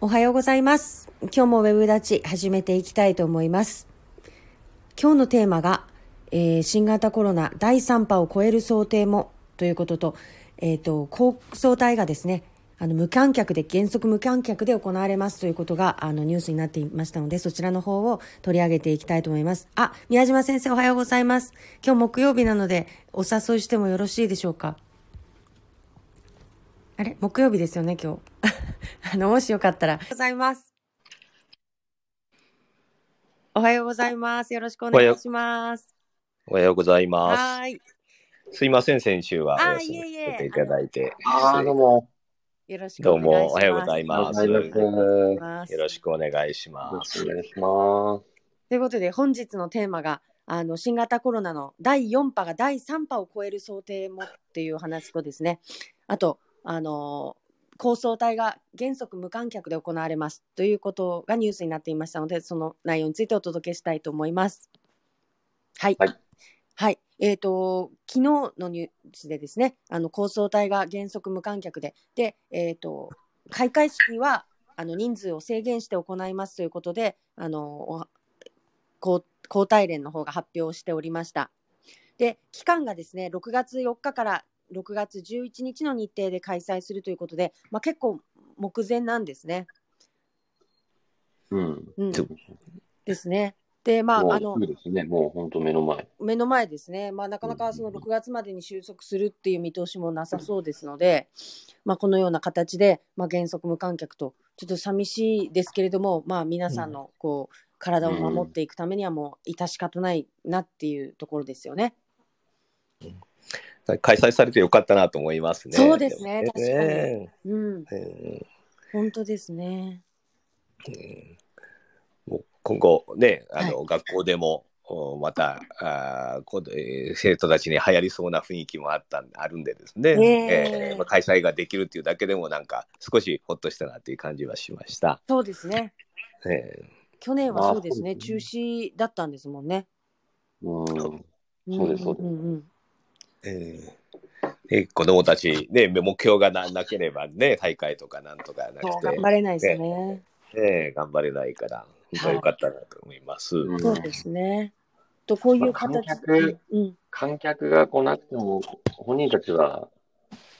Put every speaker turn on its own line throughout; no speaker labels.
おはようございます。今日もウェブ立ち始めていきたいと思います。今日のテーマが、えー新型コロナ第3波を超える想定もということと、えっ、と、高層隊がですね、あの、無観客で、原則無観客で行われますということが、あの、ニュースになっていましたので、そちらの方を取り上げていきたいと思います。あ、宮島先生おはようございます。今日木曜日なので、お誘いしてもよろしいでしょうかあれ木曜日 ですよね、今日。あの、もしよかったら。おはようございます。おはようございます。よろしくお願いします。
おはようございます。
はーい。
すいません、先週は
あー
お休み
いえいえ
させていただいて。
ああ、どうも。
よろしく
ど
お
う
願いします。
も、おはようござい
おは
ま
ようご
す。
ざいます。
よ
よ
ます
ろしくお願いしま
ろし
す
くお。願いしま
ということで本日のテーマがあの新型コロナの第4波が第3波を超える想定もっていう話とですねあとあの高層帯が原則無観客で行われますということがニュースになっていましたのでその内容についてお届けしたいと思います。はい、
はい
はいえー、と昨日のニュースでですねあの高層帯が原則無観客でで、えー、と開会式はあの人数を制限して行いますということであのおこう交代連の方が発表しておりました。で期間がですね6月4日から6月11日の日程で開催するということで、まあ、結構目前なんですね。
す。うん。
うん、
そう
ですね。でま
も
あ
う
あの
すぐですね。もう本当目の前。
目の前ですね、まあ、なかなかその
うんうん
6月までに収束するっていう見通しもなさそうですので、まあ、このような形で、まあ、原則無観客と、ちょっと寂しいですけれども、まあ、皆さんのこう体を守っていくためには、もう致し方ないなっていうところですよね。
開催されてよかったなと思いますね。
そうですね
でもね
うん、
うん
本当ですね。
もう今後ね、あの、
は
学校でも、おまたあーこうえー生徒たちに流行りそうな雰囲気もあったんあるんでですね、
ねえ
えーまあ、開催ができるっていうだけでもなんか少しほっとしたなっていう感じはしました。
そうですね。
えー
去年はそうですね、
まあ
中止だったんですもんね。
うん。
ん
そうですそうです
んうん
ええね子供たち、ね、目標がななければね、大会とかなんとかな
そう
くて
頑、張れないですね。
ね、頑張れないから、本当によかったなと思います。
うん
そうですね。とこういう形
観客
うん、
観客が来なくても、本人たちは、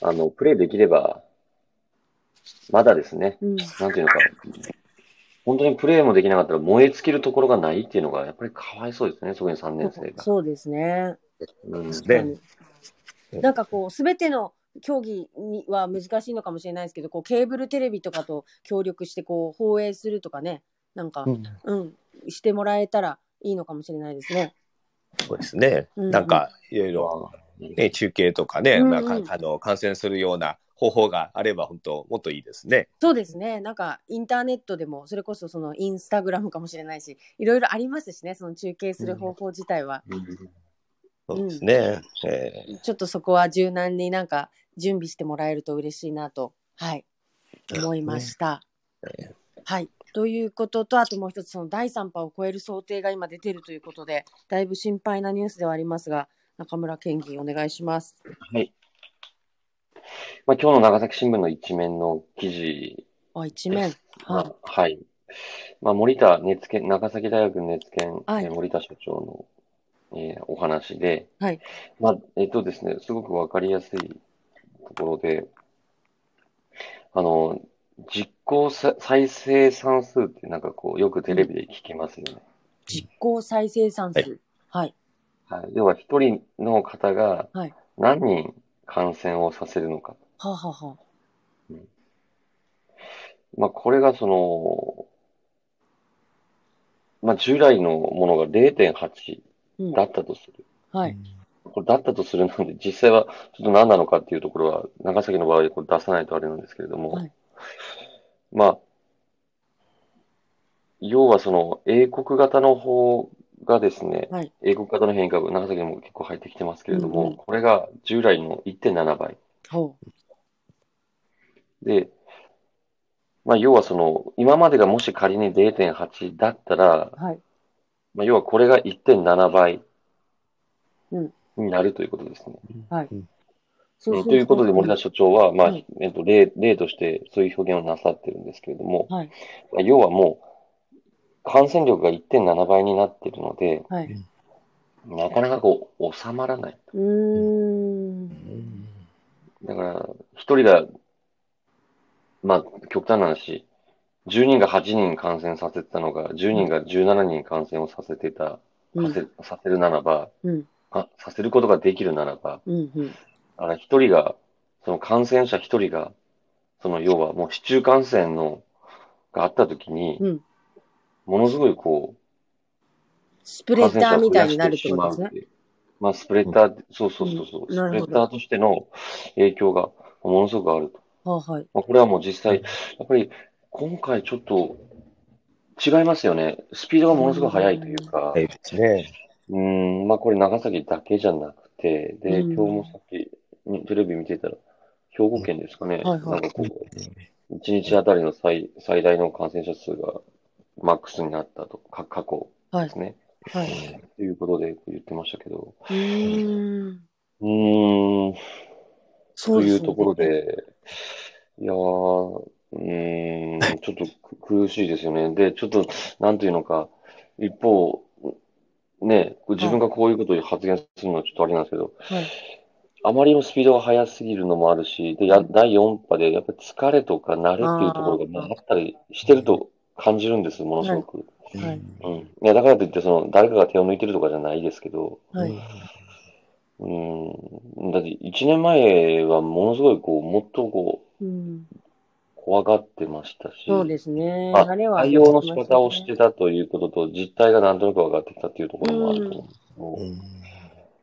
あの、プレイできれば、まだですね。
うん、
なんていうのか。本当にプレイもできなかったら燃え尽きるところがないっていうのが、やっぱりかわいそうですね。特に3年生が。
そうですね。
うん。
確か
ね
になんかこう、すべての競技には難しいのかもしれないですけど、こうケーブルテレビとかと協力して、こう放映するとかね、なんか、うん、してもらえたらいいのかもしれないですね。
そうですね、
うん
なんかいろいろ、ね、中継とか
う
ね、
んうん
まあかあの、感染するような方法があれば、本当、もっといいですね。
そうですね。なんか、インターネットでも、それこそそのインスタグラムかもしれないし、いろいろありますしね、その中継する方法自体は。
うん
そうですね、え
ちょっとそこは柔軟になんか準備してもらえると嬉しいなと、はい、思いました。はい。ということと、あともう一つ、その第3波を超える想定が今出てるということで、だいぶ心配なニュースではありますが、中村県議、お願いします。
まあ、今日の長崎新聞の一面の記事
あ、一面。はい。
まあはい。まあ、森田熱研、長崎大学熱研、
はい
えー森田所長の、えーお話で、
はい
まあ、えっとですね、すごくわかりやすいところで、あの、実効さ再生産数ってなんかこう、よくテレビで聞きますよね。
実行再生産数。はい。
はい。要は、一人の方が
はい
何人感染をさせるのか。
はあ、はあはあ、
まあ、これがその、まあ、従来のものが0.8
うん。
だったとする。
はい。
これだったとするなんで、実際はちょっと何なのかっていうところは、長崎の場合、これ出さないとあれなんですけれども、
はい
まあ、要はその英国型の方がですね、
はい
英国型の変異株、長崎にも結構入ってきてますけれども、
うんうん
これが従来の1.7倍。
ほう。
で、まあ、要はその、今までがもし仮に0.8だったら、
はい。
まあ、要はこれが1.7倍
うん
になるということですね。
はい。そう
え
そ
ーということで、森田所長は、まあ
はい、
えっと、例、例としてそういう表現をなさってるんですけれども、
はい
まあ要はもう、感染力が1.7倍になってるので、
はい。
なかなかこう、収まらない。
うーん。
だから、一人が、まあ、極端な話、10人が8人感染させてたのが、10人が17人感染をさせてた、
う
さ
ん
せ、させるならば、
うん
あ、させることができるならば、
うんうん。
あら、一人が、その感染者一人が、その要はもう市中感染の、があったときに、
うん
ものすごいこ
ス
う、
プレッ
感
ダーみ
染者を増
た
や
いに
し
なる
て
って
し
こ
ま
と
う
ですね
っ。ていう。まあ、スプレッダー、そうそうそうそう、
うん
ス
なる
プレ
ほど
ッダーとしての影響がものすごくあると。
はあ、はい。
まあ、これはもう実際、やっぱり今回ちょっと違いますよね。スピードがものすごい速いというか、
いですね。
うん、まあこれ長崎だけじゃなくて、で、
うん
今日もさっきうんテレビ見てたら、兵庫県ですかね。
はいはい
なんかこう、1日あたりの最、最大の感染者数がマックスになったと、か過去
は
で
い
す。ね。
はい。
ということで言ってましたけど、
うーん。
うーん、
そ
と
う
い
です
う
よね
ところ。で、いやー、うーん、ちょっとく苦 しいですよね。で、ちょっと、なんていうのか、一方、ね、自分がこういうことを発言するのはちょっとあれなんですけど、
はい。
あまりのスピードが速すぎるのもあるし、で、や、第4波でやっぱり疲れとか慣れっていうところがまああったりしてると感じるんです、ものすごく。
はい
うん。いや、だからといって、その、誰かが手を抜いてるとかじゃないですけど、
はい。
うん、だって1年前はものすごいこう、もっとこう、
うん。
怖がってましたし、
そうですね。
まあ
あれは。
対応の仕方をしてたということと、実態がなんとなく分かってきたというところもあると思うんですけ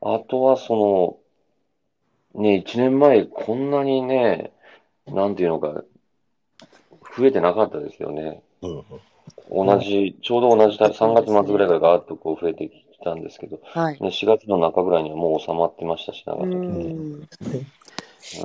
ど、あとはその、ね、1年前、こんなにね、なんていうのか、増えてなかったですよね。同じ、ちょうど同じた、3月末ぐらいからガーッとこう増えてきたんですけど、
はい。
ね、4月の中ぐらいにはもう収まってましたし、長
う
崎ね。
ん。
うん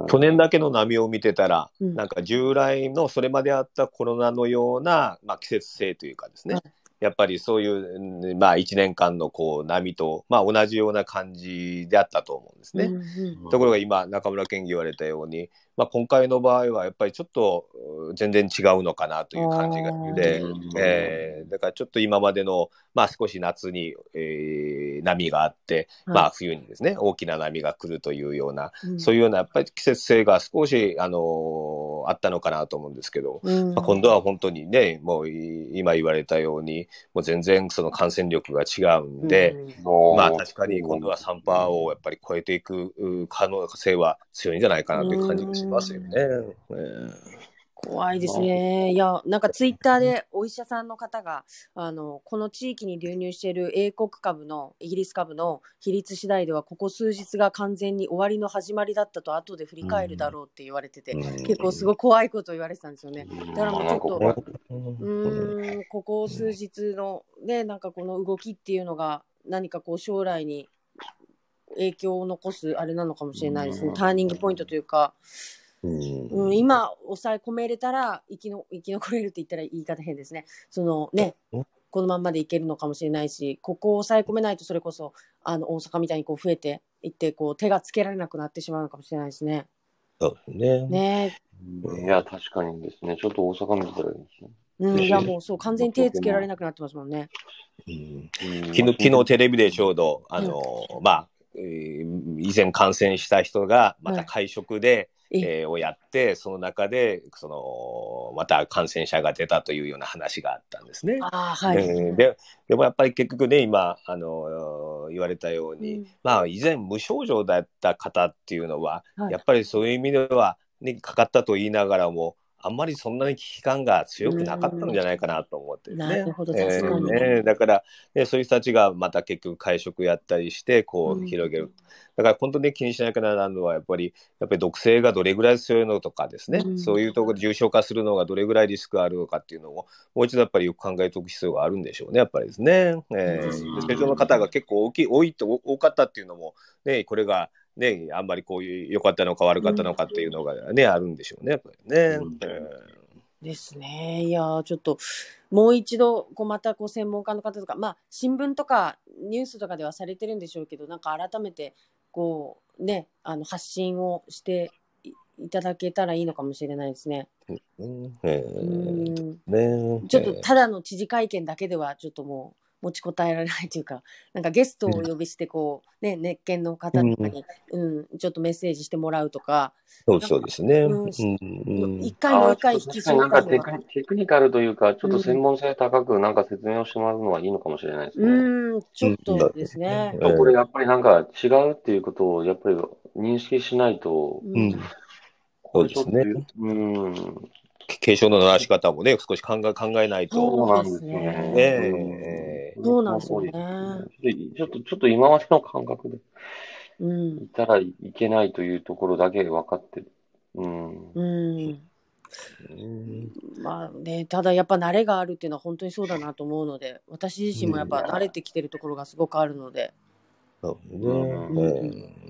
去年だけの波を見てたら、
うん
なんか従来のそれまであったコロナのような、まあ、季節性というかですね、
はい
やっぱりそういう、うんまあ、1年間のこう波と、まあ、同じような感じであったと思うんですね。
うんうん
ところが今中村健議言われたように、まあ、今回の場合はやっぱりちょっとうん全然違うのかなという感じがして
うん、
えーだからちょっと今までの、まあ、少し夏に、えー波があって、まあ、
は
冬にですね大きな波が来るというような、
い
そういうようなやっぱり季節性が少し、あのーあったのかなと思うんですけど、
うん。
まあ、今度は本当にねもうい今言われたようにもう全然その感染力が違うんで。
うん
まあ確かに今度は3%をやっぱり超えていくう可能性は強いんじゃないかなという感じがしますよね。
怖いですね。いや、なんかツイッターでお医者さんの方が、あの、この地域に流入している英国株の、イギリス株の比率次第では、ここ数日が完全に終わりの始まりだったと、後で振り返るだろうって言われてて、結構すご
い。
い怖いことを言われてたんですよね。
うん
だからもう
まあなんか
ちょっと
これ
うーん、ここ数日のね、なんかこの動きっていうのが、何かこう将来に影響を残すあれなのかもしれないですね。ターニングポイントというか、
う
うん、今抑え込めれたら生きの生き残れるって言ったら言い方変ですね。そのね
うん
このまんまでいけるのかもしれないしここを抑え込めないとそれこそあの大阪みたいにこう増えていってこう手がつけられなくなってしまうのかもしれないですね。
そうですね。
ね
いや、確かにですね。ちょっと大阪見てたらいいですね。
うん、
ね
いやもうそう完全に手つけられなくなってますもんね。
うん昨
昨
日昨日テレビでちょうどあの、まあえー以前感染した人がまた会食で、
はい
えーをやってその中でそのまた感染者が出たというような話があったんですね。
ああはい。
えーででもやっぱり結局ね今あの言われたように、
うん
まあ以前無症状だった方っていうのは、
はい
やっぱりそういう意味では、ね、かかったと言いながらもあんまりそんなに危機感が強くなかったんじゃないかなと思って
う
ね。
んなるほど
えー
確かに
ねだから、ね、そういう人たちがまた結局会食やったりしてこ
う
うん広げる、だから本当に気にしなきゃならんのはやっぱりやっぱり毒性がどれぐらい強いのとかですね、
うん
そういうところ重症化するのがどれぐらいリスクがあるのかっていうのをもう一度やっぱりよく考えておく必要があるんでしょうね、やっぱりですね。え
う
ー、
ん
で成長の方が結構大きい多いと多かったっていうのも、ね、これが、ね、あんまりこういう良かったのか悪かったのかっていうのが、ねあるんでしょうね、やっぱりね。
うん
え
ですね。いやー、ちょっと、もう一度、こう、また、こう、専門家の方とか、まあ、新聞とか、ニュースとかではされてるんでしょうけど、なんか改めて、こう、ね、あの、発信をしていいただけたらいいのかもしれないですね。
うんえ
う
ー
ん。
ね
ちょっとただの知事会見だけではちょっともう持ちこたえられないというか、なんかゲストをお呼びしてこう、ね、熱犬の方とかに、うん、ちょっとメッセージしてもらうとか、
そうそうですね。
うん
うん
一、
あ
回もう一
ー
回
ちょ
引き
っと確
締
かに
ま
なん
った
か
方
テ
が
クニテクニカルというか、ちょっと専門性高くなんか説明をしてもらうのはいいのかもしれないですね。
うん、ちょっとですね。
うん
これやっぱりなんか違うっていうことをやっぱり認識しないと、
う
うんん、
そうですね
これちょっとうん、
継承の鳴らし方もね、少し考え考えない
そ
と。
そうなんですね。
ええ
うん
そうなんですよね
ちょっと、ちょっと今までの感覚で
うん
い、たらいけないというところだけ分かってる。うん。
うん。
うん
まあね、ただやっぱ慣れがあるっていうのは本当にそうだなと思うので、私自身もやっぱ慣れてきてるところがすごくあるので。
そう
うん
ねえ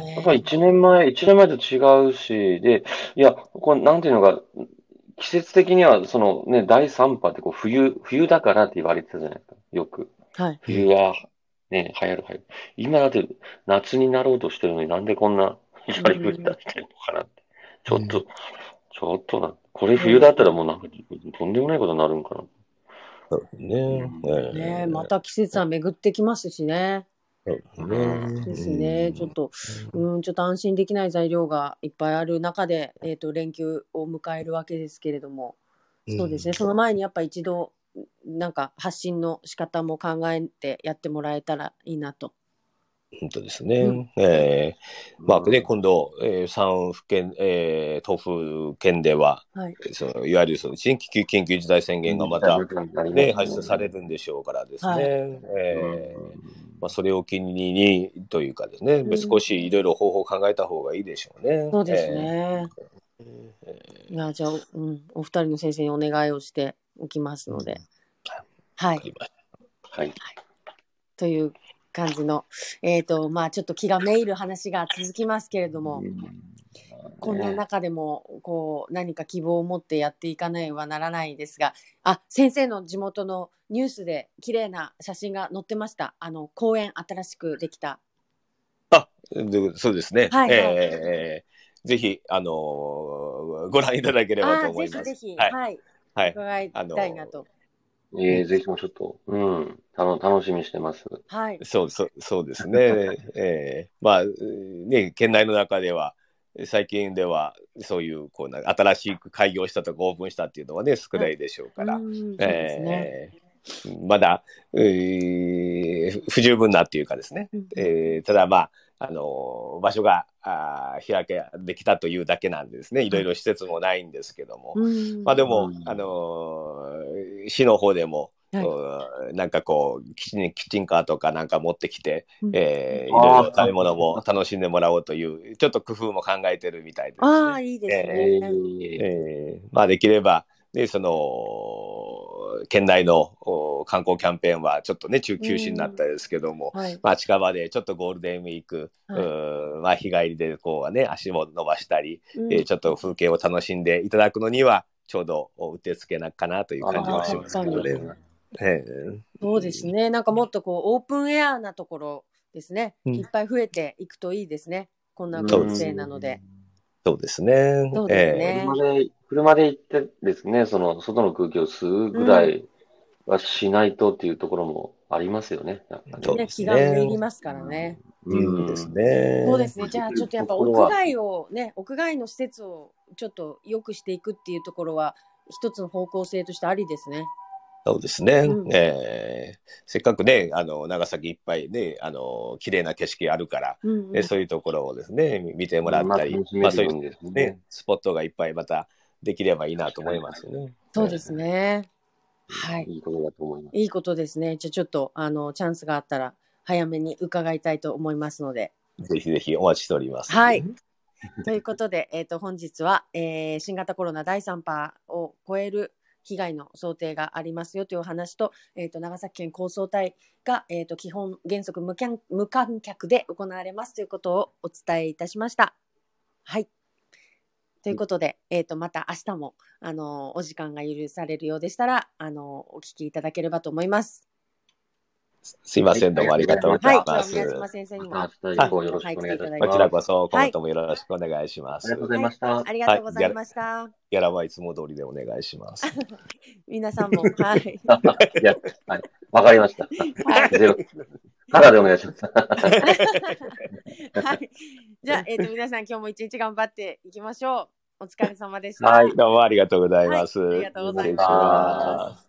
え
やっぱり1年前、1年前と違うし、で、いや、これなんていうのか、季節的には、そのね、第3波ってこう冬、冬だからって言われてたじゃないですか、よく。
はい。
冬は、ね、流行る流行る。今だって夏になろうとしてるのになんでこんなやりぶり出してるのかなって。ちょっと、ちょっとな、これ冬だったらもうなんか、とんでもないことになるんかな。
そうねええ
ね、また季節は巡ってきますしね。
そうね
ですね。ちょっと、うん、ちょっと安心できない材料がいっぱいある中で、えっ、と、連休を迎えるわけですけれども、そうですね。その前にやっぱ一度、なんか発信の仕方も考えてやってもらえたらいいなと。
本当ですね。
うん
ええまあね、
こ
今度、えー、産府県、えー、都府県では、
はい。
そのいわゆるその緊急緊急事態宣言がまた、ね、発出されるんでしょうからですね、
はい
えーまあ、それを機にというかですね、
うん
少しいろいろ方法を考えた方がいいでしょうね。
そうですね。
えーえ
いや、じゃあ、うん、お二人の先生にお願いをしておきますので。は
ーわ
い
か。りまし
はい。
という感じの、えっ、と、まあ、ちょっと気がめいる話が続きますけれども、こんな中でも、こう、何か希望を持ってやっていかないはならないですが、あ、先生の地元のニュースで綺麗な写真が載ってました。あの、公園新しくできた。
たでそうですね。
はいはい
えーえーぜひ、あのーご覧いただければと
ああ、
思
ぜ
います。
ひぜひ、
はい。
はい、
はい。
伺いたいなと。
ええ、ぜひともちょっと、うん、たの楽しみにしてます。
はい。
そうそうそうですね。 えーまあね県内の中では最近ではそういうこうな新しく開業したとかオープンしたっていうのはね少ないでしょうから、
うん、そうですね。
えーまだ、えー不十分なっていうかですね、
うん
えーただまああの場所があー開けできたというだけなんですねいろいろ施設もないんですけども、
うん
まあでも、
うん
あのー市の方でも、
はいう
ーなんかこうキッチン、キッチンカーとかなんか持ってきて、
うん
えーい
あー
ろいろ食べ物も楽しんでもらおうという、ちょっと工夫も考えてるみたいです、
ああ、
ね。
いいです
え
ね。
えーまあできれば、ね、その、県内のお観光キャンペーンはちょっとね、中休止になったですけども、
はい。
まあ、近場でちょっとゴールデンウィーク、
はいう
ーまあ、日帰りでこうはね足も伸ばしたり、
うん
えーちょっと風景を楽しんでいただくのにはちょうどうってつけなかなという感じはしますので、ええ
そうですね。なんかもっとこう、オープンエアなところですね。
うん
いっぱい増えていくといいですね。こんな
そう
ご
で
時
す
世なので。。
そうですね。
そうです
ええ
ね
車で、車で行ってですね、その外の空気を吸うぐらいはしないとっていうところもありますよね、やっぱ
そう
ね、
で
ね。
す
気
ね
が入りますからね。
うんです。ね。
そうですね。じゃあちょっとやっぱ屋外をね、屋外の施設をちょっと良くしていくっていうところは、一つの方向性としてありですね。
そうですね。
うん
ええせっかくね、あの長崎いっぱいね、あの綺麗な景色あるから、
うんうん
ねそういうところをですね、み見てもらったり、
ま
ま
あ、
あ
そ
そう
う
い
い
ううん
ですね
ね。、スポットがいっぱいまたできればいいなと思いますね。
そうですね。はい。
いいことだと思います。
いいことですね。じゃあちょっと、あの、チャンスがあったら、早めに伺いたいと思いますので。
ぜひぜひお待ちしております。
はい。ということで、えっ、と、本日は、えー新型コロナ第3波を超える被害の想定がありますよというお話と、えっ、と、長崎県構想隊が、えっ、と、基本原則無観無観客で行われますということをお伝えいたしました。はい。ということで、えっ、と、また明日も、あのお時間が許されるようでしたら、あのお聞きいただければと思います。
すいません、どうもありがとうござ
はいい、
ま
今
す。
日は宮島先生にも。
ま
あ
た明日以降よろしくお願いいたします。
こちらこそ、今後ともよろしくお願いしま
あ
す。
りがとうございました。
りがとうございました。
やらはいつも通りでお願いします。
皆さんも。はい。
いや、はい。わかりました。ゼロ。ただでお願いします。
はい。じゃあ、えっ、と、皆さん今日も一日頑張っていきましょう。お疲れ様でした。
はい
どうもありがとうございます。
はいありがとうござい
失礼し
ま
ますす。